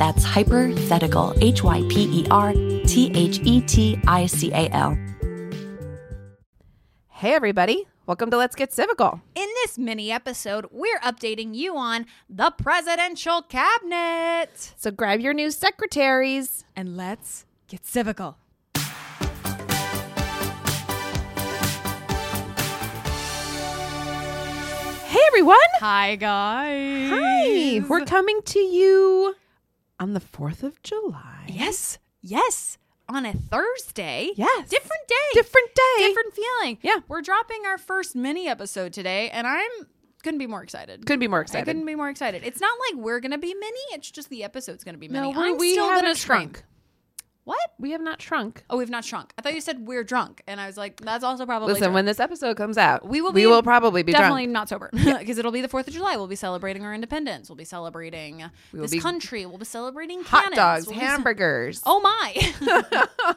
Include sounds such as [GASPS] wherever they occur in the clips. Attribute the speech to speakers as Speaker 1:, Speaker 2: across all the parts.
Speaker 1: That's Hypothetical, H Y P E R T H E T I C A L.
Speaker 2: Hey, everybody. Welcome to Let's Get Civical.
Speaker 3: In this mini episode, we're updating you on the presidential cabinet.
Speaker 2: So grab your new secretaries.
Speaker 3: And let's get civical.
Speaker 2: Hey, everyone.
Speaker 3: Hi, guys.
Speaker 2: Hi. We're coming to you on the 4th of July.
Speaker 3: Yes, yes. On a Thursday.
Speaker 2: Yes.
Speaker 3: Different day.
Speaker 2: Different day.
Speaker 3: Different feeling.
Speaker 2: Yeah.
Speaker 3: We're dropping our first mini episode today, and I'm couldn't be more excited.
Speaker 2: Couldn't be more
Speaker 3: I
Speaker 2: excited.
Speaker 3: couldn't be more excited. It's not like we're gonna be mini; it's just the episode's gonna be
Speaker 2: no,
Speaker 3: mini.
Speaker 2: we-
Speaker 3: I'm
Speaker 2: we
Speaker 3: still
Speaker 2: haven't
Speaker 3: gonna
Speaker 2: shrunk.
Speaker 3: scream. What?
Speaker 2: We have not shrunk.
Speaker 3: Oh, we've not shrunk. I thought you said we're drunk, and I was like, that's also probably
Speaker 2: Listen,
Speaker 3: drunk.
Speaker 2: when this episode comes out,
Speaker 3: we will be
Speaker 2: we will probably be
Speaker 3: definitely
Speaker 2: drunk.
Speaker 3: not sober [LAUGHS] because it'll be the Fourth of July. We'll be celebrating our independence. We'll be celebrating
Speaker 2: will
Speaker 3: this
Speaker 2: be-
Speaker 3: country. We'll be celebrating
Speaker 2: Hot
Speaker 3: cannons.
Speaker 2: dogs,
Speaker 3: We'll be ce-
Speaker 2: hamburgers.
Speaker 3: oh my!
Speaker 2: [LAUGHS]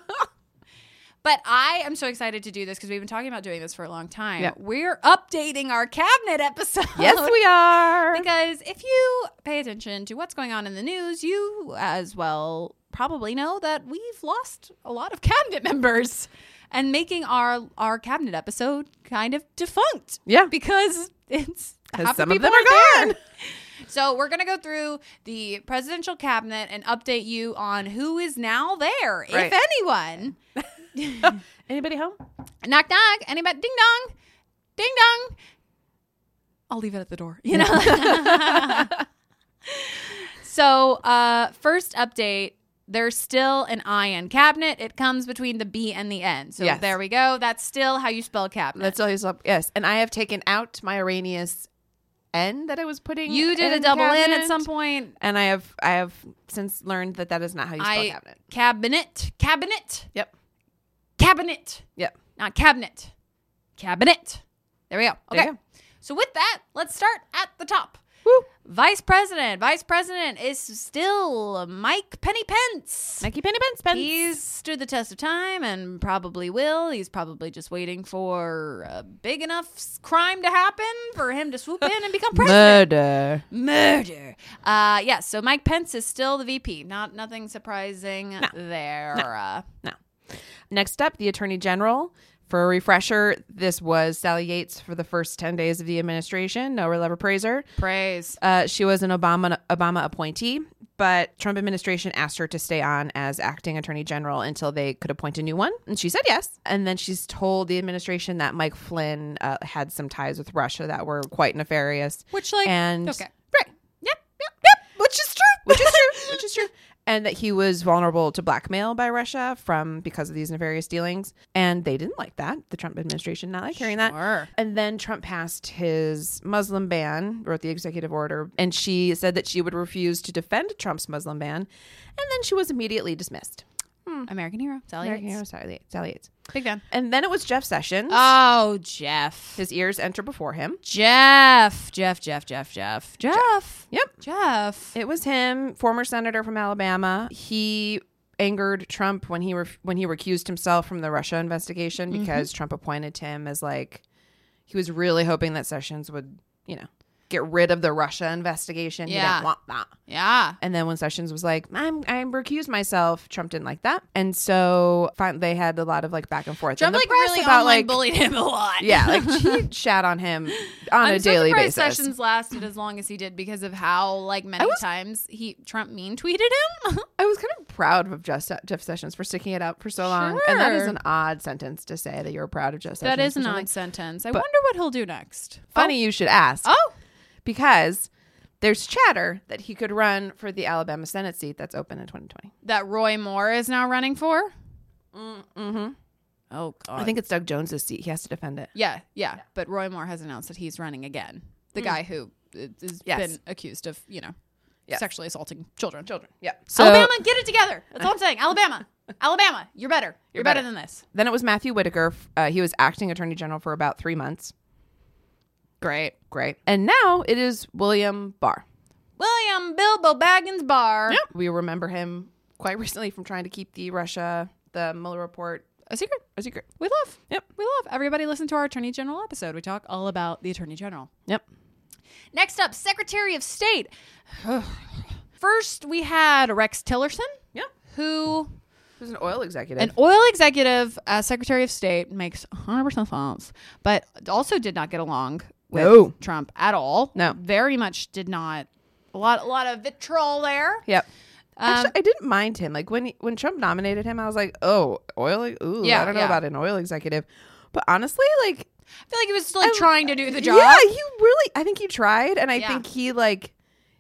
Speaker 3: but I am so excited to do this because we've been talking about doing this for a long time.
Speaker 2: Yeah.
Speaker 3: We're updating our cabinet episode.
Speaker 2: yes,
Speaker 3: [LAUGHS]
Speaker 2: we are.
Speaker 3: Because if you pay attention to what's going on in the news, you as well probably know that we've lost a lot of cabinet [LAUGHS] members and making our our cabinet episode kind of defunct.
Speaker 2: Yeah.
Speaker 3: Because it's half the
Speaker 2: some of
Speaker 3: people
Speaker 2: them are gone.
Speaker 3: there. [LAUGHS] So we're gonna go through the presidential cabinet and update you on who is now there,
Speaker 2: Right.
Speaker 3: if anyone.
Speaker 2: Anybody home?
Speaker 3: Knock knock. Anybody? Ding dong. Ding dong. I'll leave it at the door. You know. [LAUGHS] so uh, first update. There's still an I in cabinet. It comes between the B and the N. So
Speaker 2: Yes.
Speaker 3: there we go. That's still how you spell cabinet.
Speaker 2: That's all you saw. Yes. And I have taken out my Arrhenius N that I was putting.
Speaker 3: you did
Speaker 2: in
Speaker 3: a double N
Speaker 2: cabinet,
Speaker 3: at some point.
Speaker 2: And I have I have since learned that that is not how you spell
Speaker 3: I
Speaker 2: cabinet.
Speaker 3: cabinet cabinet
Speaker 2: Yep.
Speaker 3: cabinet
Speaker 2: Yep.
Speaker 3: not cabinet cabinet. There we go.
Speaker 2: There
Speaker 3: Okay.
Speaker 2: you go.
Speaker 3: So with that, let's start at the top.
Speaker 2: Woo.
Speaker 3: Vice President. Vice President is still Mike Penny Pence.
Speaker 2: Nike Penny Pence Pence.
Speaker 3: He's stood the test of time and probably will. He's probably just waiting for a big enough s- crime to happen for him to swoop in
Speaker 2: [LAUGHS]
Speaker 3: and become president.
Speaker 2: Murder.
Speaker 3: Murder. Uh, yes. so Mike Pence is still the VP. Not nothing surprising there. Uh,
Speaker 2: No. Next up, the Attorney General. For a refresher, this was Sally Yates for the first 10 days of the administration. No real ever praise her.
Speaker 3: praise.
Speaker 2: Uh, she was an Obama Obama appointee, but Trump administration asked her to stay on as acting attorney general until they could appoint a new one, and she said yes. And then she's told the administration that Mike Flynn uh, had some ties with Russia that were quite nefarious,
Speaker 3: Which, like,
Speaker 2: and
Speaker 3: okay.
Speaker 2: right,
Speaker 3: Yep. Yep.
Speaker 2: [LAUGHS] which is true, which is and that he was vulnerable to blackmail by Russia from because of these nefarious dealings. And they didn't like that. The Trump administration not like hearing
Speaker 3: Sure.
Speaker 2: that. And then Trump passed his Muslim ban, wrote the executive order, and she said that she would refuse to defend Trump's Muslim ban. And then she was immediately dismissed.
Speaker 3: American hero. Sally
Speaker 2: American
Speaker 3: Yates.
Speaker 2: hero, Sally Yates- Sally Yates.
Speaker 3: Big fan.
Speaker 2: And then it was Jeff Sessions.
Speaker 3: Oh, Jeff.
Speaker 2: his ears enter before him.
Speaker 3: Jeff. Jeff. Jeff. Jeff. Jeff. Jeff.
Speaker 2: Yep.
Speaker 3: Jeff.
Speaker 2: It was him, former senator from Alabama. He angered Trump when he ref- when he recused himself from the Russia investigation
Speaker 3: Mm-hmm.
Speaker 2: because Trump appointed him as like he was really hoping that Sessions would, you know, get rid of the Russia investigation. He
Speaker 3: Yeah.
Speaker 2: didn't want that.
Speaker 3: Yeah.
Speaker 2: And then when Sessions was like, "I'm I recused myself," Trump didn't like that, and so fin- they had a lot of like back and forth.
Speaker 3: Trump
Speaker 2: and the
Speaker 3: like
Speaker 2: press
Speaker 3: really
Speaker 2: about
Speaker 3: online
Speaker 2: like
Speaker 3: bullied him a lot.
Speaker 2: yeah,
Speaker 3: [LAUGHS]
Speaker 2: like she shat on him on
Speaker 3: I'm
Speaker 2: a
Speaker 3: so
Speaker 2: daily
Speaker 3: surprised
Speaker 2: basis.
Speaker 3: Sessions lasted as long as he did because of how like many times he Trump mean tweeted him. [LAUGHS]
Speaker 2: I was kind of proud of Jeff, Jeff Sessions for sticking it out for so long. And that is
Speaker 3: Sure.
Speaker 2: an odd sentence to say that you're proud of Jeff Sessions.
Speaker 3: that is
Speaker 2: for
Speaker 3: an
Speaker 2: something.
Speaker 3: odd sentence. I wonder what he'll do next.
Speaker 2: Funny you should ask.
Speaker 3: Oh,
Speaker 2: Because there's chatter that he could run for the Alabama Senate seat that's open in 2020.
Speaker 3: that Roy Moore is now running for. Oh God.
Speaker 2: I think it's Doug Jones's seat. He has to defend it.
Speaker 3: Yeah, yeah, But Roy Moore has announced that he's running again. The guy who uh, has
Speaker 2: Yes.
Speaker 3: been accused of, you know,
Speaker 2: Yes.
Speaker 3: sexually assaulting children. Children.
Speaker 2: Yeah. So
Speaker 3: Alabama, get it together. That's all I'm saying. [LAUGHS] Alabama, Alabama, you're better. You're, better.
Speaker 2: better.
Speaker 3: than this.
Speaker 2: then it was Matthew Whitaker. Uh, he was acting attorney general for about three months.
Speaker 3: Great.
Speaker 2: Great. And now it is William Barr.
Speaker 3: William Bilbo Baggins Barr.
Speaker 2: We remember him quite [LAUGHS] recently from trying to keep the Russia, the Mueller report,
Speaker 3: A secret.
Speaker 2: a secret.
Speaker 3: We love.
Speaker 2: Yep.
Speaker 3: We love. Everybody listen to our Attorney General episode. We talk all about the Attorney General.
Speaker 2: Yep.
Speaker 3: Next up, Secretary of State. [SIGHS] First, we had Rex Tillerson,
Speaker 2: Yep.
Speaker 3: who
Speaker 2: Who's an oil executive?
Speaker 3: an oil executive as Secretary of State makes 100% sense, but also did not get along with
Speaker 2: No.
Speaker 3: Trump at all.
Speaker 2: No.
Speaker 3: Very much did not. A lot, a lot of vitriol there.
Speaker 2: Yep. Actually, I didn't mind him. Like when he, when Trump nominated him, I was like, "Oh, oil. e- Ooh,
Speaker 3: Yeah,
Speaker 2: I don't know
Speaker 3: yeah.
Speaker 2: about an oil executive." But honestly, like,
Speaker 3: I feel like he was like trying to do the job.
Speaker 2: yeah, he really. I think he tried, and I
Speaker 3: Yeah.
Speaker 2: think he like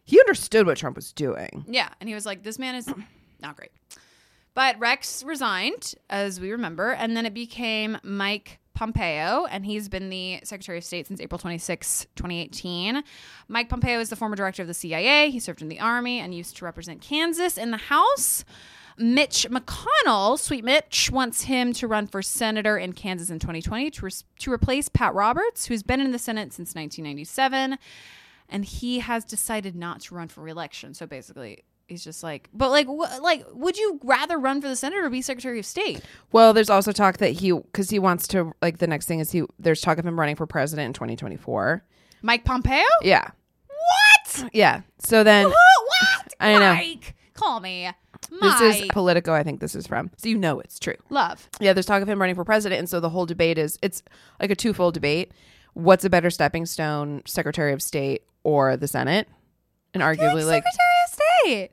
Speaker 2: he understood what Trump was doing.
Speaker 3: Yeah, and he was like, "This man is [CLEARS THROAT] not great." But Rex resigned, as we remember, and then it became Mike Pompeo, and he's been the Secretary of State since April 26, 2018. Mike Pompeo is the former director of the CIA. He served in the Army and used to represent Kansas in the House. Mitch McConnell, Sweet Mitch, wants him to run for senator in Kansas in 2020 to, res- to replace Pat Roberts, who's been in the Senate since 1997 and he has decided not to run for reelection. So basically, he's just like, but like, wh- like, would you rather run for the senate or be secretary of state?
Speaker 2: Well, there's also talk that he because he wants to like the next thing is he there's talk of him running for president in 2024.
Speaker 3: Mike Pompeo?
Speaker 2: Yeah, [LAUGHS]
Speaker 3: What?
Speaker 2: yeah. So then
Speaker 3: Oh, what?
Speaker 2: I know.
Speaker 3: Mike, call me. Mike,
Speaker 2: this is Politico. I think this is from. So you know it's true.
Speaker 3: love.
Speaker 2: yeah, there's talk of him running for president, and so the whole debate is it's like a twofold debate: what's a better stepping stone, Secretary of State or the Senate? And arguably, like
Speaker 3: Secretary of State.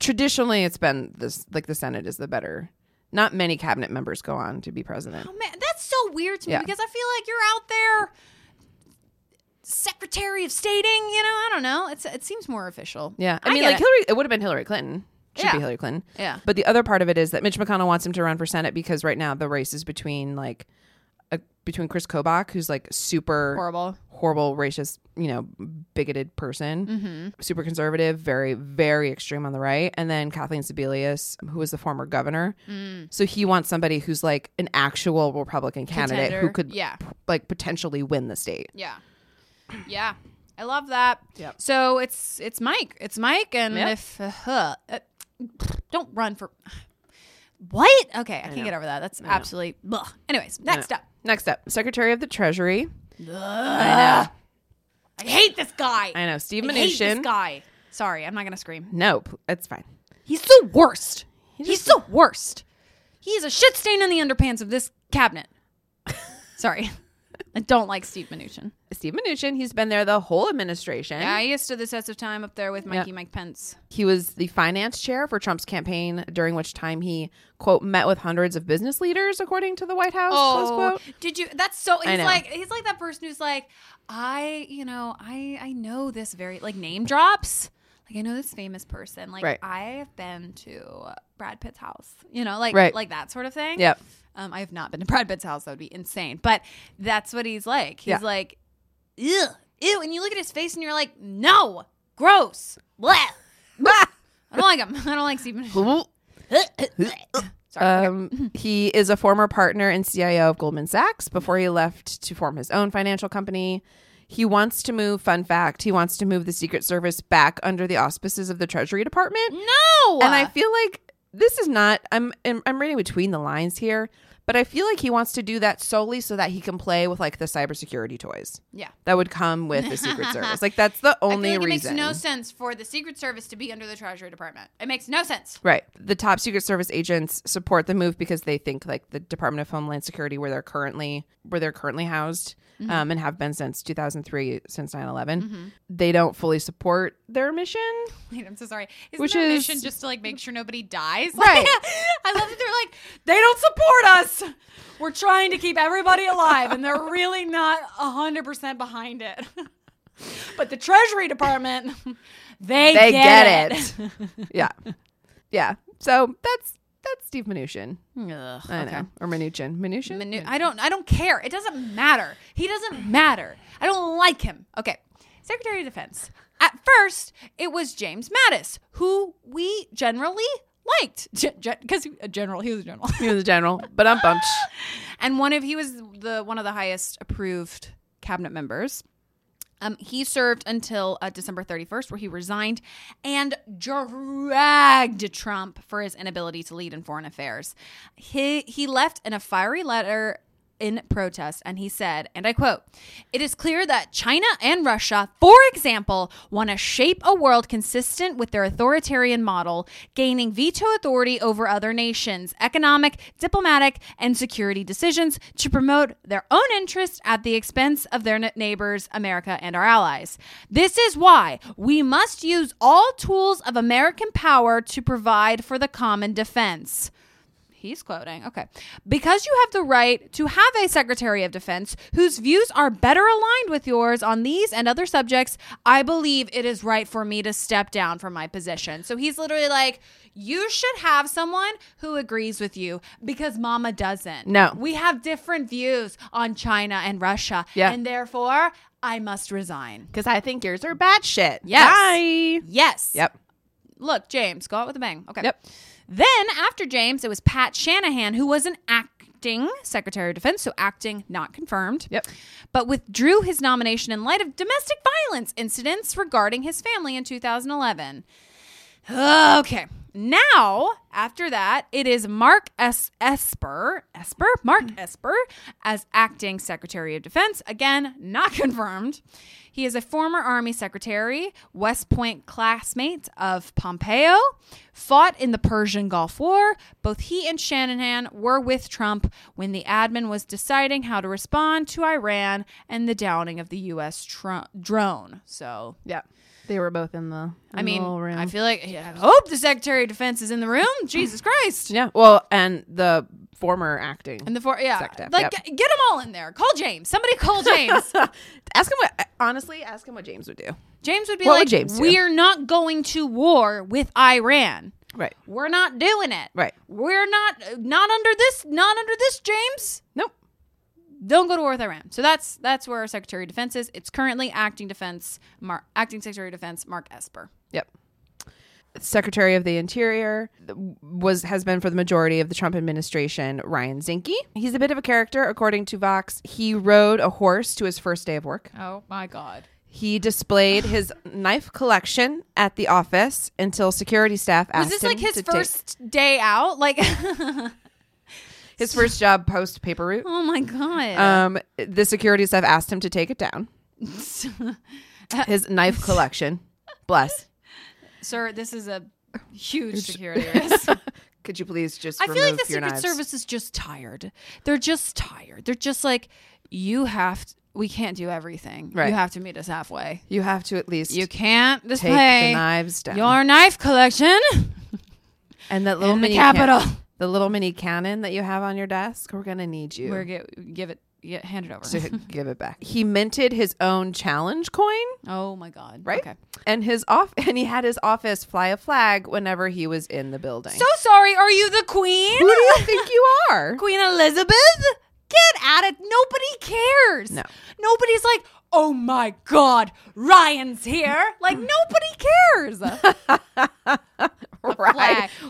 Speaker 2: traditionally, it's been this like the Senate is the better. Not many cabinet members go on to be president.
Speaker 3: Oh man, that's so weird to me
Speaker 2: Yeah.
Speaker 3: because I feel like you're out there, Secretary of Stating. You know, I don't know. It's it seems more official.
Speaker 2: Yeah, I mean,
Speaker 3: get
Speaker 2: like
Speaker 3: it.
Speaker 2: Hillary, it would have been Hillary Clinton. Should
Speaker 3: Yeah.
Speaker 2: be Hillary Clinton.
Speaker 3: Yeah.
Speaker 2: But the other part of it is that Mitch McConnell wants him to run for Senate because right now the race is between like a, between Chris Kobach, who's like super
Speaker 3: horrible.
Speaker 2: horrible racist you know bigoted person
Speaker 3: Mm-hmm.
Speaker 2: super conservative very very extreme on the right and then kathleen sebelius who was the former governor
Speaker 3: Mm.
Speaker 2: so he wants somebody who's like an actual republican candidate
Speaker 3: Contender.
Speaker 2: who could
Speaker 3: Yeah.
Speaker 2: p- like potentially win the state
Speaker 3: Yeah. Yeah. I love that.
Speaker 2: Yep.
Speaker 3: So it's it's Mike. It's Mike and
Speaker 2: Yep.
Speaker 3: if uh, huh, uh, don't run for what? Okay, I, can't get over that. That's absolutely blech. Anyways, next up.
Speaker 2: next up secretary of the treasury
Speaker 3: I hate this guy.
Speaker 2: i know steve
Speaker 3: I hate this
Speaker 2: mnuchin
Speaker 3: guy. Sorry, I'm not going to scream.
Speaker 2: nope it's fine
Speaker 3: He's the worst. He's the worst. He's a shit stain in the underpants of this cabinet. [LAUGHS] Sorry. I don't like Steve Mnuchin.
Speaker 2: steve mnuchin he's been there the whole administration
Speaker 3: Yeah, he stood the test of time up there with Mikey
Speaker 2: Yep.
Speaker 3: Mike Pence.
Speaker 2: He was the finance chair for Trump's campaign, during which time he, quote, met with hundreds of business leaders, according to the White House, close quote.
Speaker 3: Oh, Did you? That's so. He's
Speaker 2: know.
Speaker 3: like he's like that person who's like, I, you know, I I know this very like name drops. like I know this famous person. Like
Speaker 2: Right.
Speaker 3: I have been to Brad Pitt's house. You know, like
Speaker 2: Right.
Speaker 3: like that sort of thing.
Speaker 2: Yep.
Speaker 3: Um, I have not been to Brad Pitt's house. That would be insane. But that's what he's like. He's
Speaker 2: Yeah.
Speaker 3: like, ew, ew. And you look at his face and you're like, no, gross. Bleh. I don't like him. [LAUGHS] I don't like Stephen. Sorry.
Speaker 2: Um, he is a former partner and CIO of Goldman Sachs before he left to form his own financial company. He wants to move, fun fact, he wants to move the Secret Service back under the auspices of the Treasury Department.
Speaker 3: no. Uh,
Speaker 2: And I feel like this is not I'm I'm I'm reading between the lines here, but I feel like he wants to do that solely so that he can play with like the cybersecurity toys
Speaker 3: yeah.
Speaker 2: that would come with the
Speaker 3: [LAUGHS]
Speaker 2: Secret Service. Like that's the only
Speaker 3: I feel like
Speaker 2: reason.
Speaker 3: it makes no sense for the Secret Service to be under the Treasury Department. It makes no sense. [LAUGHS]
Speaker 2: Right. The top Secret Service agents support the move because they think like the Department of Homeland Security where they're currently where they're currently housed um, and have been since 2003 since 9/11. They don't fully support their mission.
Speaker 3: Wait, I'm so sorry. Isn't
Speaker 2: Which
Speaker 3: their
Speaker 2: is-
Speaker 3: mission just to like make sure nobody dies? [LAUGHS]
Speaker 2: Right.
Speaker 3: I love that they're like, they don't support us. We're trying to keep everybody alive, and they're really not hundred percent behind it. [LAUGHS] but the Treasury Department, [LAUGHS] they
Speaker 2: They
Speaker 3: get,
Speaker 2: get it. [LAUGHS] yeah. Yeah. So that's that's Steve Mnuchin.
Speaker 3: [LAUGHS] Ugh,
Speaker 2: I know. Or Mnuchin. Mnuchin?
Speaker 3: Manu- I don't. I don't care. It doesn't matter. He doesn't matter. I don't like him. Okay, Secretary of Defense. At first, it was James Mattis, who we generally liked, because a general. He was a general, [LAUGHS]
Speaker 2: he was a general, but I'm [LAUGHS] bumped.
Speaker 3: and one of he was the one of the highest approved cabinet members. Um, he served until uh, December 31st, where he resigned and dragged Trump for his inability to lead in foreign affairs. He, he left in a fiery letter in protest, and he said, and I quote, It is clear that China and Russia, for example, want to shape a world consistent with their authoritarian model, gaining veto authority over other nations' economic, diplomatic, and security decisions to promote their own interests at the expense of their n- neighbors, America, and our allies. This is why we must use all tools of American power to provide for the common defense. He's quoting. Okay. Because you have the right to have a Secretary of Defense whose views are better aligned with yours on these and other subjects, I believe it is right for me to step down from my position. So he's literally like, you should have someone who agrees with you because mama doesn't.
Speaker 2: No.
Speaker 3: We have different views on China and Russia.
Speaker 2: Yeah.
Speaker 3: And therefore, I must resign.
Speaker 2: Because I think yours are bad shit.
Speaker 3: Yes.
Speaker 2: Bye.
Speaker 3: Yes.
Speaker 2: Yep.
Speaker 3: Look, James, go out with a bang. Okay.
Speaker 2: Yep.
Speaker 3: Then after James, it was Pat Shanahan, who was an acting Secretary of Defense, so acting not confirmed.
Speaker 2: Yep.
Speaker 3: But withdrew his nomination in light of domestic violence incidents regarding his family in 2011. Okay. Now, after that, it is Mark S. Esper, Esper, Mark Esper, as acting Secretary of Defense. Again, not [LAUGHS] confirmed. He is a former Army secretary, West Point classmate of Pompeo, fought in the Persian Gulf War. Both he and Shanahan were with Trump when the admin was deciding how to respond to Iran and the downing of the U.S. tr- drone. So
Speaker 2: Yep. They were both in the. in
Speaker 3: I
Speaker 2: the
Speaker 3: mean,
Speaker 2: little room.
Speaker 3: I feel like I hope the Secretary of Defense is
Speaker 2: [LAUGHS]
Speaker 3: in the room. Jesus Christ!
Speaker 2: Yeah. Well, and the former acting.
Speaker 3: And the four, yeah,
Speaker 2: Secretary,
Speaker 3: like
Speaker 2: yep.
Speaker 3: get them all in there. Call James.
Speaker 2: [LAUGHS]
Speaker 3: Somebody call James.
Speaker 2: [LAUGHS] ask him what. Honestly, ask him what James would do.
Speaker 3: James would be
Speaker 2: What would
Speaker 3: like,
Speaker 2: James do?
Speaker 3: "We're not going to war with Iran.
Speaker 2: Right.
Speaker 3: We're not doing it.
Speaker 2: Right.
Speaker 3: We're not not under this. Not under this, James.
Speaker 2: Nope.
Speaker 3: Don't go to war with Iran." So that's that's where our Secretary of Defense is. It's currently acting defense, Mar- acting Secretary of Defense, Mark Esper.
Speaker 2: Yep. Secretary of the Interior was has been for the majority of the Trump administration Ryan Zinke. He's a bit of a character, according to Vox. He rode a horse to his first day of work.
Speaker 3: Oh my God.
Speaker 2: He displayed
Speaker 3: [GASPS]
Speaker 2: his knife collection at the office until security staff asked
Speaker 3: Was this
Speaker 2: him
Speaker 3: like his
Speaker 2: to take-
Speaker 3: first day
Speaker 2: [LAUGHS]
Speaker 3: out? Like, [LAUGHS]
Speaker 2: his first job post paper
Speaker 3: [LAUGHS]
Speaker 2: route.
Speaker 3: oh my god! [LAUGHS]
Speaker 2: Um, the security staff asked him to take it down. His
Speaker 3: [LAUGHS]
Speaker 2: knife collection. Bless.
Speaker 3: Sir, this is a huge
Speaker 2: [LAUGHS]
Speaker 3: security risk.
Speaker 2: Could you please just?
Speaker 3: I feel like
Speaker 2: remove
Speaker 3: the
Speaker 2: your
Speaker 3: Secret
Speaker 2: knives?
Speaker 3: Service is just tired. They're just tired. They're just like, you have to, we can't do everything.
Speaker 2: Right.
Speaker 3: You have to meet us halfway.
Speaker 2: You have to at least
Speaker 3: You can't
Speaker 2: take
Speaker 3: display
Speaker 2: the knives down.
Speaker 3: your knife collection.
Speaker 2: and that little
Speaker 3: in
Speaker 2: [LAUGHS]
Speaker 3: the
Speaker 2: mini can-
Speaker 3: Capitol.
Speaker 2: the little mini cannon that you have on your desk. We're gonna need you.
Speaker 3: We're gi- give it Yeah, hand it over.
Speaker 2: to give it back. He minted his own challenge coin,
Speaker 3: oh my god.
Speaker 2: right?
Speaker 3: Okay.
Speaker 2: And his off [LAUGHS] and he had his office fly a flag whenever he was in the building.
Speaker 3: So sorry. Are you the queen?
Speaker 2: who do you think
Speaker 3: [LAUGHS]
Speaker 2: you are?
Speaker 3: Queen Elizabeth? Get at it. Nobody cares.
Speaker 2: No.
Speaker 3: Nobody's like, oh my God, Ryan's here.
Speaker 2: [LAUGHS]
Speaker 3: Like, nobody cares. Flag.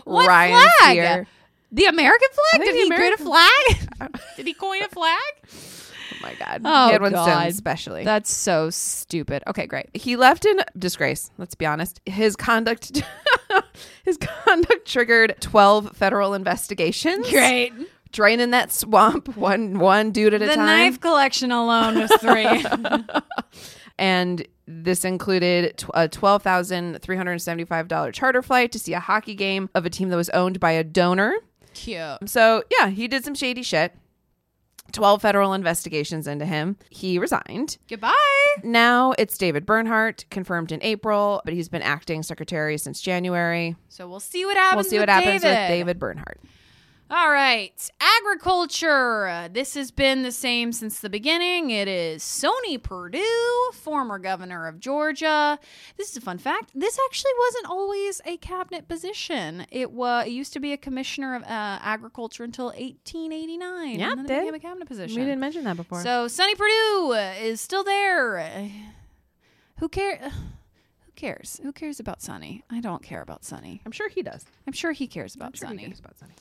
Speaker 3: What
Speaker 2: Ryan's
Speaker 3: flag?
Speaker 2: here.
Speaker 3: The American flag?
Speaker 2: think
Speaker 3: Did
Speaker 2: the
Speaker 3: he
Speaker 2: American-
Speaker 3: create a
Speaker 2: [LAUGHS]
Speaker 3: flag? [LAUGHS] Did he coin a flag?
Speaker 2: Oh my god.
Speaker 3: Oh,
Speaker 2: he had one
Speaker 3: God.
Speaker 2: stone especially.
Speaker 3: That's so stupid. Okay, great.
Speaker 2: he left in disgrace, let's be honest. His conduct [LAUGHS] his conduct triggered 12 federal investigations.
Speaker 3: Great.
Speaker 2: Draining that swamp [LAUGHS] one one dude at a
Speaker 3: The
Speaker 2: time.
Speaker 3: knife collection alone was
Speaker 2: [LAUGHS]
Speaker 3: three.
Speaker 2: and this included tw- a $12,375 charter flight to see a hockey game of a team that was owned by a donor.
Speaker 3: Cute.
Speaker 2: So, yeah, he did some shady shit. 12 federal investigations into him. He resigned.
Speaker 3: Goodbye.
Speaker 2: Now it's David Bernhardt, confirmed in April, but he's been acting secretary since January.
Speaker 3: So we'll see what happens.
Speaker 2: We'll see what
Speaker 3: with
Speaker 2: happens with David Bernhardt.
Speaker 3: All right, agriculture. Uh, This has been the same since the beginning. It is Sony Perdue, former governor of Georgia. This is a fun fact. This actually wasn't always a cabinet position. It was. It used to be a commissioner of uh, agriculture until 1889.
Speaker 2: Yeah, it
Speaker 3: and then it
Speaker 2: did.
Speaker 3: became a cabinet position.
Speaker 2: mention that before.
Speaker 3: So Sonny Perdue uh, is still there. Who care? [SIGHS] Who cares? Who cares about Sonny? I don't care about Sonny.
Speaker 2: I'm sure he does.
Speaker 3: I'm sure he cares about
Speaker 2: Sure he
Speaker 3: Sonny.
Speaker 2: cares about Sonny.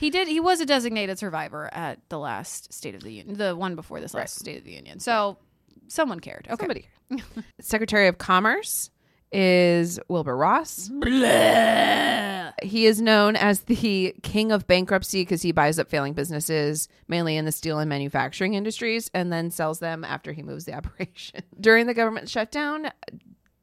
Speaker 3: He did. He was a designated survivor at the last State of the Union, the one before this last State of the Union. So someone cared. Okay.
Speaker 2: Somebody. Secretary of Commerce is Wilbur Ross. He is known as the king of bankruptcy because he buys up failing businesses, mainly in the steel and manufacturing industries, and then sells them after he moves the [LAUGHS] operation. During the government shutdown,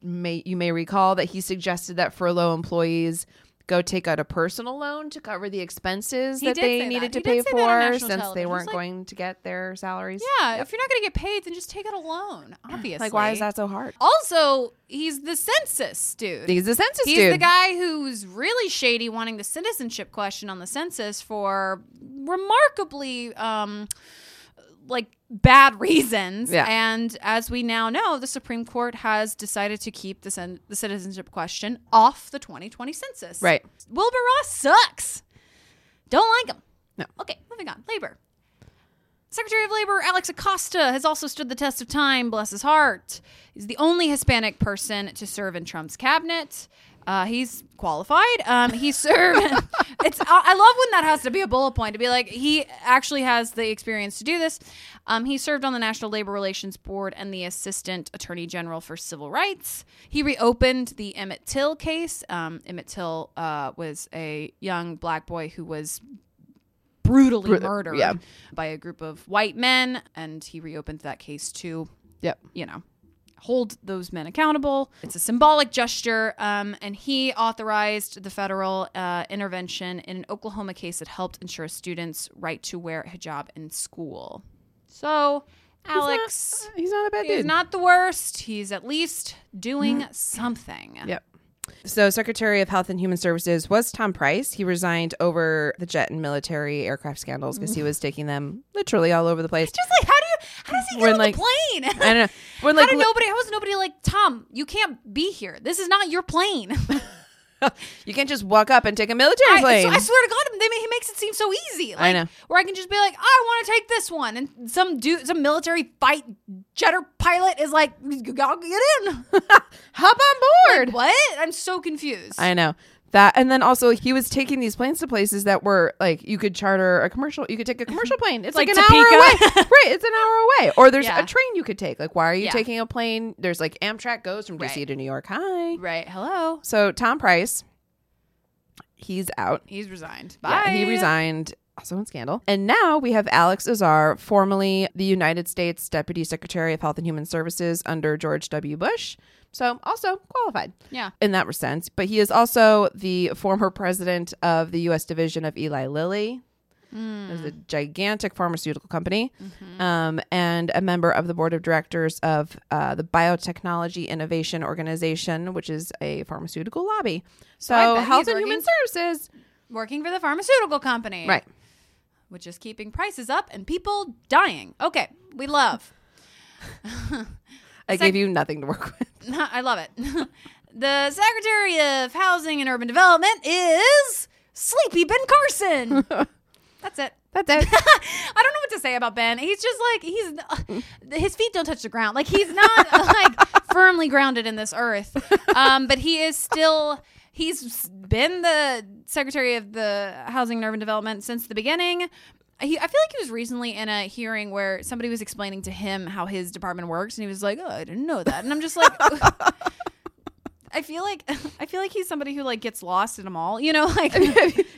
Speaker 2: may you may recall that he suggested that furlough employees go take out a personal loan to cover the expenses
Speaker 3: He
Speaker 2: that
Speaker 3: did
Speaker 2: they
Speaker 3: say
Speaker 2: needed
Speaker 3: that.
Speaker 2: to
Speaker 3: He
Speaker 2: pay
Speaker 3: did say that on
Speaker 2: for
Speaker 3: national
Speaker 2: since they
Speaker 3: television.
Speaker 2: weren't
Speaker 3: He's like-
Speaker 2: going to get their salaries.
Speaker 3: Yeah. If you're not going to get paid, then just take out a loan. Obviously.
Speaker 2: Like, why is that so hard?
Speaker 3: Also, he's the census dude.
Speaker 2: He's a census
Speaker 3: He's
Speaker 2: dude.
Speaker 3: the guy who's really shady, wanting the citizenship question on the census for remarkably, um, like bad reasons.
Speaker 2: Yeah.
Speaker 3: And as we now know, the Supreme Court has decided to keep the, cen- the citizenship question off the 2020 census.
Speaker 2: Right.
Speaker 3: Wilbur Ross sucks. Don't like him.
Speaker 2: No.
Speaker 3: Okay, moving on. Labor. Secretary of Labor Alex Acosta has also stood the test of time, bless his heart. He's the only Hispanic person to serve in Trump's cabinet. Uh, he's qualified. Um, he served. it's. I I love when that has to be a bullet point to be like he actually has the experience to do this. Um, he served on the National Labor Relations Board and the Assistant Attorney General for Civil Rights. He reopened the Emmett Till case. Um, Emmett Till uh, was a young black boy who was brutally murdered
Speaker 2: yeah.
Speaker 3: by a group of white men, and he reopened that case to,
Speaker 2: Yep.
Speaker 3: you know, hold those men accountable. It's a symbolic gesture, um, and he authorized the federal uh, intervention in an Oklahoma case that helped ensure students' right to wear hijab in school. So, Alex.
Speaker 2: He's not a Mm. bad
Speaker 3: He's not the worst. He's at least doing something.
Speaker 2: Yep. So, Secretary of Health and Human Services was Tom Price. He resigned over the jet and military aircraft scandals because he was taking them literally all over the place.
Speaker 3: Just like how do you how does he get
Speaker 2: When,
Speaker 3: on
Speaker 2: like-
Speaker 3: the plane?
Speaker 2: I
Speaker 3: [LAUGHS]
Speaker 2: don't know. When
Speaker 3: How
Speaker 2: like
Speaker 3: did nobody? How was nobody like Tom? You can't be here. This is not your plane. [LAUGHS]
Speaker 2: you can't just walk up and take a military
Speaker 3: I,
Speaker 2: plane.
Speaker 3: so I swear to God, they, he makes it seem so easy. Like,
Speaker 2: I know.
Speaker 3: Where I can just be like, "Oh, I want to take this one, and some dude, some military fight jetter pilot is like, "Y'all get in,
Speaker 2: [LAUGHS] Hop on board.
Speaker 3: Like, what? I'm so confused.
Speaker 2: I know that. And then also, he was taking these planes to places that were like you could charter a commercial. You could take a commercial plane. It's like,
Speaker 3: Mm-hmm. Like
Speaker 2: an hour
Speaker 3: Topeka.
Speaker 2: away. [LAUGHS] right, it's an hour away. Or there's
Speaker 3: Yeah.
Speaker 2: a train you could take. Like, why are you
Speaker 3: Yeah.
Speaker 2: taking a plane? There's like Amtrak goes from DC
Speaker 3: Right.
Speaker 2: to New York. Hi.
Speaker 3: right? Hello.
Speaker 2: So Tom Price, he's out.
Speaker 3: He's resigned. Bye.
Speaker 2: Yeah, he resigned. Also in scandal. And now we have Alex Azar, formerly the United States Deputy Secretary of Health and Human Services under George W. Bush. So also qualified
Speaker 3: Yeah.
Speaker 2: in that sense. But he is also the former president of the U.S. division of Eli Lilly.
Speaker 3: Hmm.
Speaker 2: It was a gigantic pharmaceutical company
Speaker 3: Mm-hmm.
Speaker 2: um, and a member of the board of directors of uh, the Biotechnology Innovation Organization, which is a pharmaceutical lobby. So,
Speaker 3: Oh, I bet he's
Speaker 2: Health and Human
Speaker 3: working-
Speaker 2: Services.
Speaker 3: Working for the pharmaceutical company.
Speaker 2: Right.
Speaker 3: which is keeping prices up and people dying. Okay, we love.
Speaker 2: I gave you nothing to work [LAUGHS] with.
Speaker 3: [LAUGHS] I love it. the Secretary of Housing and Urban Development is Sleepy Ben Carson. That's it.
Speaker 2: That's it.
Speaker 3: [LAUGHS] I don't know what to say about Ben. He's just like he's uh, his feet don't touch the ground. Like he's not [LAUGHS] like firmly grounded in this earth. Um, but he is still he's been the secretary of the Housing and Urban Development since the beginning. He, I feel like he was recently in a hearing where somebody was explaining to him how his department works, and he was like, "Oh, I didn't know that." And I'm just like, [LAUGHS] I feel like I feel like he's somebody who like gets lost in a mall, you know? [LAUGHS]
Speaker 2: [LAUGHS]
Speaker 3: Like,
Speaker 2: have you-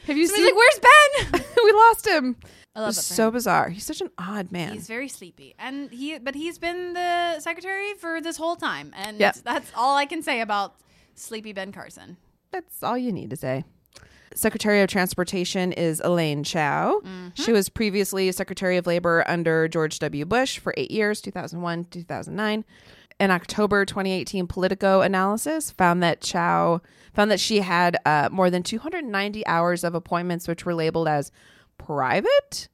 Speaker 2: have you
Speaker 3: somebody's
Speaker 2: seen?
Speaker 3: like, "Where's Ben?" [LAUGHS]
Speaker 2: we lost him.
Speaker 3: I love
Speaker 2: It's
Speaker 3: it for
Speaker 2: so bizarre. He's such an odd man.
Speaker 3: He's very sleepy, and he but he's been the secretary for this whole time, and
Speaker 2: Yep.
Speaker 3: that's all I can say about sleepy Ben Carson.
Speaker 2: That's all you need to say. Secretary of Transportation is Elaine Chao. She was previously Secretary of Labor under George W. Bush for eight years, 2001 2009. An October 2018 Politico analysis found that Chao found that she had uh, more than 290 hours of appointments, which were labeled as private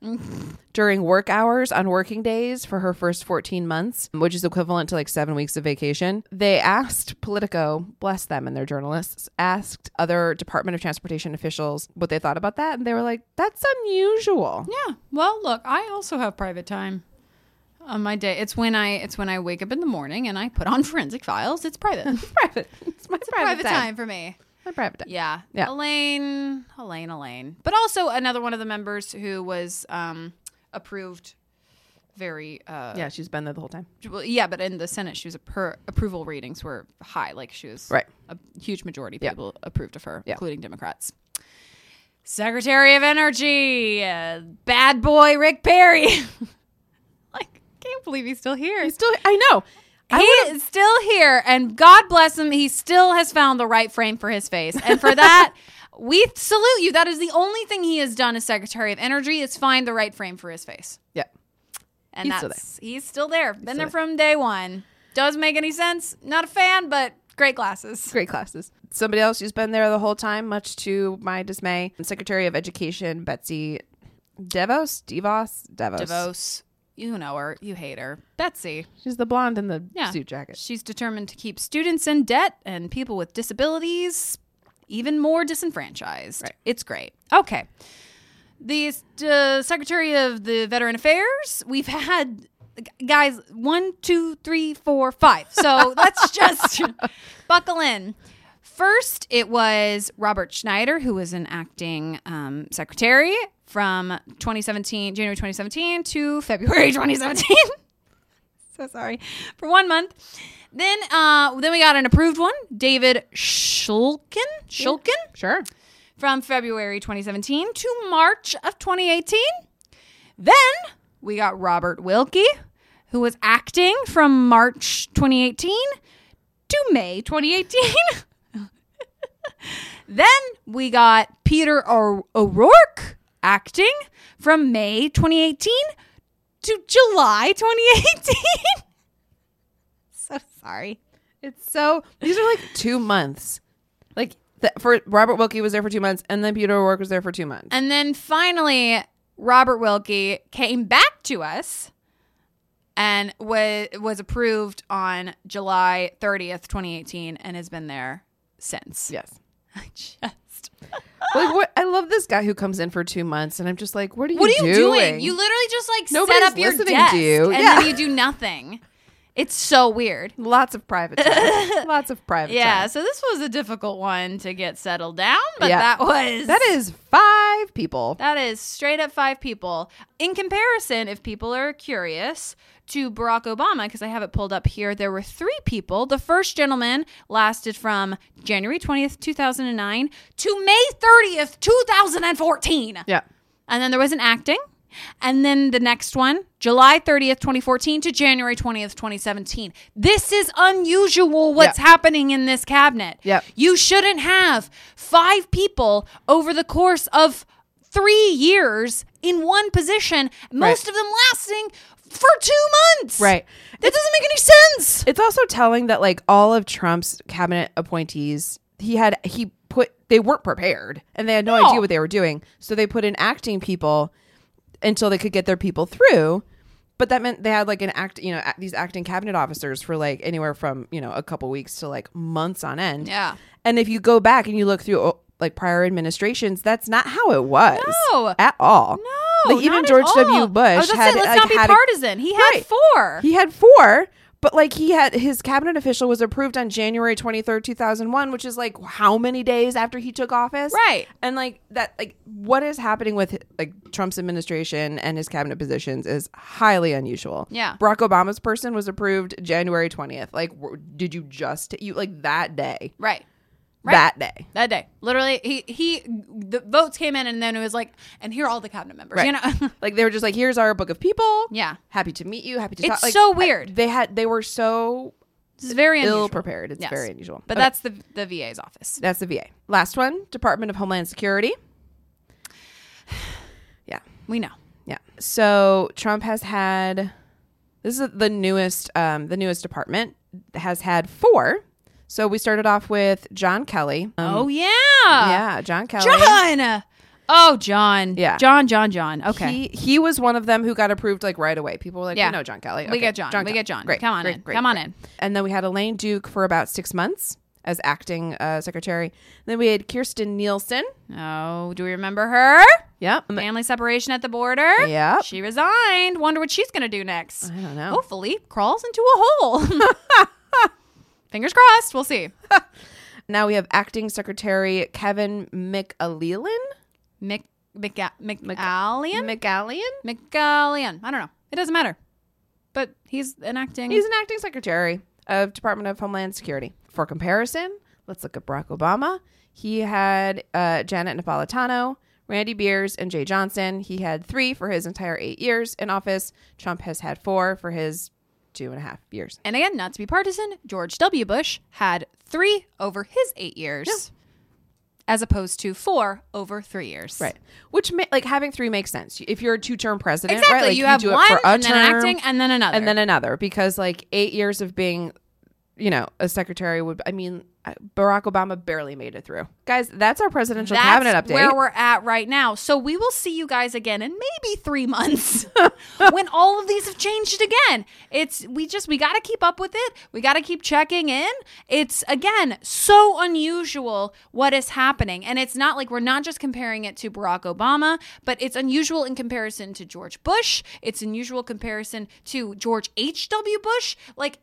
Speaker 2: during work hours on working days for her first 14 months, which is equivalent to like seven weeks of vacation. They asked Politico, bless them and their journalists, asked other Department of Transportation officials what they thought about that. And they were like, that's [LAUGHS] unusual.
Speaker 3: Yeah. Well, look, I also have private time on my day. It's when I it's when I wake up in the morning and I put on [LAUGHS] forensic files. It's private. private,
Speaker 2: [LAUGHS] Private. It's my private, time.
Speaker 3: for me.
Speaker 2: My private time.
Speaker 3: Yeah.
Speaker 2: Yeah.
Speaker 3: Elaine, Elaine, Elaine. But also another one of the members who was um approved very uh
Speaker 2: Yeah, she's been there the whole time.
Speaker 3: well, yeah, but in the Senate, she was a her approval ratings were high. Like she was
Speaker 2: Right.
Speaker 3: a huge majority of people approved of her,
Speaker 2: Yeah.
Speaker 3: including Democrats. Secretary of Energy, uh, bad boy Rick Perry. [LAUGHS] like, can't believe he's still here.
Speaker 2: He's still, I know.
Speaker 3: he is still here, and God bless him. He still has found the right frame for his face, and
Speaker 2: [LAUGHS]
Speaker 3: for that. We salute you. That is the only thing he has done as Secretary of Energy is find the right frame for his face.
Speaker 2: Yeah.
Speaker 3: And
Speaker 2: He's still
Speaker 3: that's he's still there. Been there
Speaker 2: still
Speaker 3: from day one. Doesn't make any sense. Not a fan, but great glasses.
Speaker 2: Great classes. Somebody else who's been there the whole time, much to my dismay, Secretary of Education, Betsy Devos, Devos, Devos.
Speaker 3: Devos, you know her. You hate her. Betsy.
Speaker 2: She's the blonde in the
Speaker 3: Yeah.
Speaker 2: suit jacket.
Speaker 3: She's determined to keep students in debt and people with disabilities even more disenfranchised. It's great. Okay. The uh, Secretary of the Veteran Affairs, we've had guys one, two, three, four, five.
Speaker 2: [LAUGHS]
Speaker 3: So let's just buckle in. First, it was Robert Schneider, who was an acting um, secretary from 2017, January 2017 to February [LAUGHS] 2017 [LAUGHS] so sorry for one month. Then uh, then we got an approved one, David Shulkin Shulkin
Speaker 2: Sure.
Speaker 3: from February 2017 to March of 2018. Then we got Robert Wilkie, who was acting from March 2018 to May 2018. [LAUGHS] then we got Peter O- O'Rourke acting from May 2018 to July 2018. [LAUGHS] so sorry.
Speaker 2: It's so these are like two months. Like the, for Robert Wilkie was there for two months, and then Peter O'Rourke was there for two months.
Speaker 3: And then finally, Robert Wilkie came back to us and was was approved on July 30th, 2018, and has been there since.
Speaker 2: yes.
Speaker 3: I [LAUGHS] just
Speaker 2: Like what? I love this guy who comes in for two months, and I'm just like, what are you?
Speaker 3: What are you doing?
Speaker 2: doing?
Speaker 3: You literally just like
Speaker 2: Nobody's
Speaker 3: set up your
Speaker 2: listening to
Speaker 3: desk
Speaker 2: you.
Speaker 3: and
Speaker 2: Yeah.
Speaker 3: then you do nothing. It's so weird.
Speaker 2: lots of private.
Speaker 3: [LAUGHS]
Speaker 2: Time. lots of private.
Speaker 3: Yeah,
Speaker 2: time.
Speaker 3: so this was a difficult one to get settled down, but
Speaker 2: Yeah.
Speaker 3: that was
Speaker 2: That is five people.
Speaker 3: That is straight up five people. In comparison, if people are curious, to Barack Obama, because I have it pulled up here, there were three people. The first gentleman lasted from January 20th, 2009 to May 30th, 2014.
Speaker 2: yeah.
Speaker 3: And then there was an acting. And then the next one, July 30th, 2014 to January 20th, 2017. This is unusual what's
Speaker 2: Yeah.
Speaker 3: happening in this cabinet.
Speaker 2: Yep.
Speaker 3: You shouldn't have five people over the course of three years in one position, most
Speaker 2: Right.
Speaker 3: of them lasting for two months.
Speaker 2: Right.
Speaker 3: That doesn't make any sense.
Speaker 2: It's also telling that like all of Trump's cabinet appointees, he had he put they weren't prepared and they had no,
Speaker 3: No.
Speaker 2: idea what they were doing. So they put in acting people until they could get their people through. But that meant they had like an act, you know, a- these acting cabinet officers for like anywhere from you know a couple weeks to like months on end.
Speaker 3: Yeah.
Speaker 2: And if you go back and you look through oh, like prior administrations, that's not how it was
Speaker 3: No.
Speaker 2: at all.
Speaker 3: No,
Speaker 2: like, even
Speaker 3: Oh, not at
Speaker 2: George
Speaker 3: all.
Speaker 2: W.
Speaker 3: I was
Speaker 2: Bush
Speaker 3: gonna
Speaker 2: had
Speaker 3: say, let's
Speaker 2: like,
Speaker 3: not be
Speaker 2: had a-
Speaker 3: partisan. He had
Speaker 2: Right.
Speaker 3: four.
Speaker 2: he had four, but like he had his cabinet official was approved on January 23rd, 2001, which is like how many days after he took office?
Speaker 3: Right.
Speaker 2: And like that like what is happening with like Trump's administration and his cabinet positions is highly unusual.
Speaker 3: Yeah.
Speaker 2: Barack Obama's person was approved January 20th. Like w- did you just you like that day?
Speaker 3: right. Right.
Speaker 2: That day.
Speaker 3: That day, literally, he he, the votes came in, and then it was like, and here are all the cabinet members. You know, [LAUGHS]
Speaker 2: Like they were just like, here's our book of people.
Speaker 3: Yeah.
Speaker 2: Happy to meet you. Happy to
Speaker 3: It's
Speaker 2: talk. Like,
Speaker 3: so
Speaker 2: I-
Speaker 3: weird.
Speaker 2: They had they were so
Speaker 3: it's very unusual.
Speaker 2: ill prepared. It's very unusual.
Speaker 3: But
Speaker 2: Okay.
Speaker 3: that's the the VA's office.
Speaker 2: That's the VA. Last one, Department of Homeland Security. [SIGHS] Yeah,
Speaker 3: We know.
Speaker 2: yeah. So Trump has had this is the newest um, the newest department has had four. So we started off with John Kelly. Um,
Speaker 3: oh yeah.
Speaker 2: yeah, John Kelly.
Speaker 3: John. Oh, John.
Speaker 2: Yeah.
Speaker 3: John. John. John. Okay.
Speaker 2: He he was one of them who got approved like right away. People were like,
Speaker 3: Yeah.
Speaker 2: we know John Kelly.
Speaker 3: We get John. We
Speaker 2: Kelly.
Speaker 3: get John. Come on in. Come on in.
Speaker 2: And then we had Elaine Duke for about six months as acting uh, secretary. Then we had Kirsten Nielsen. Um,
Speaker 3: oh, do we remember her?
Speaker 2: Yep.
Speaker 3: Family separation at the border.
Speaker 2: Yep.
Speaker 3: She resigned. Wonder what she's gonna do next.
Speaker 2: I don't know.
Speaker 3: Hopefully, crawls into a
Speaker 2: [LAUGHS]
Speaker 3: hole. Fingers crossed. We'll see.
Speaker 2: Now we have acting secretary Kevin McAlealan.
Speaker 3: Mick McA- McAllian.
Speaker 2: McAlealan?
Speaker 3: McAllian. I don't know. It doesn't matter. But he's an acting.
Speaker 2: He's an acting secretary of Department of Homeland Security. For comparison, let's look at Barack Obama. He had uh, Janet Napolitano, Randy Beers, and Jay Johnson. He had three for his entire eight years in office. Trump has had four for his two and a half years.
Speaker 3: and again, not to be partisan, George W. Bush had three over his eight years, as opposed to four over three years.
Speaker 2: Right, which ma- like having three makes sense if you're a two-term president.
Speaker 3: Exactly.
Speaker 2: right? Like,
Speaker 3: you have
Speaker 2: do it
Speaker 3: one,
Speaker 2: for a
Speaker 3: and then
Speaker 2: term.
Speaker 3: acting, and then another.
Speaker 2: and then another because like eight years of being you know a secretary would i mean uh, barack obama barely made it through guys that's our presidential
Speaker 3: that's
Speaker 2: cabinet update
Speaker 3: where we're at right now. So we will see you guys again in maybe three months [LAUGHS] when all of these have changed again. It's we just we got to keep up with it. We got to keep checking in. It's again so unusual what is happening, and it's not like we're not just comparing it to Barack Obama, but it's unusual in comparison to George Bush. It's unusual comparison to George H. W. Bush. Like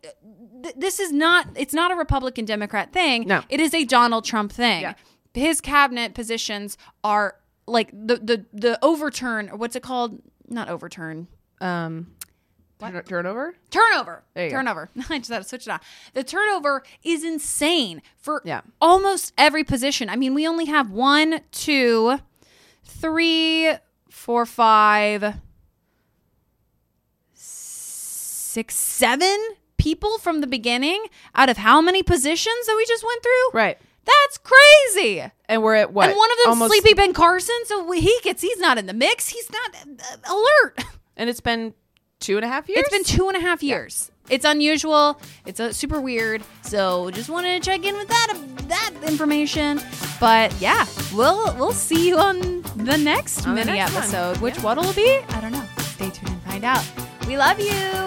Speaker 3: th- this is not it's not a Republican Democrat thing.
Speaker 2: No.
Speaker 3: it is a Donald Trump thing
Speaker 2: Yeah.
Speaker 3: his cabinet positions are like the the the overturn or what's it called not overturn
Speaker 2: um turn- turnover
Speaker 3: turnover
Speaker 2: you go.
Speaker 3: turnover [LAUGHS] i just had to switch it on the turnover is insane for
Speaker 2: Yeah.
Speaker 3: almost every position i mean we only have one two three four five six seven people from the beginning out of how many positions that we just went through
Speaker 2: right
Speaker 3: that's crazy
Speaker 2: and we're at what
Speaker 3: and one of them
Speaker 2: Almost-
Speaker 3: sleepy Ben Carson. So we- he gets he's not in the mix. He's not uh, alert.
Speaker 2: and it's been two and a half years
Speaker 3: It's been two and a half years. It's unusual. It's uh, super weird. So just wanted to check in with that that information. But yeah, we'll we'll see you on the next
Speaker 2: On the
Speaker 3: mini
Speaker 2: next one.
Speaker 3: episode, which
Speaker 2: Yeah.
Speaker 3: what'll be I don't know. Stay tuned and find out. We love you.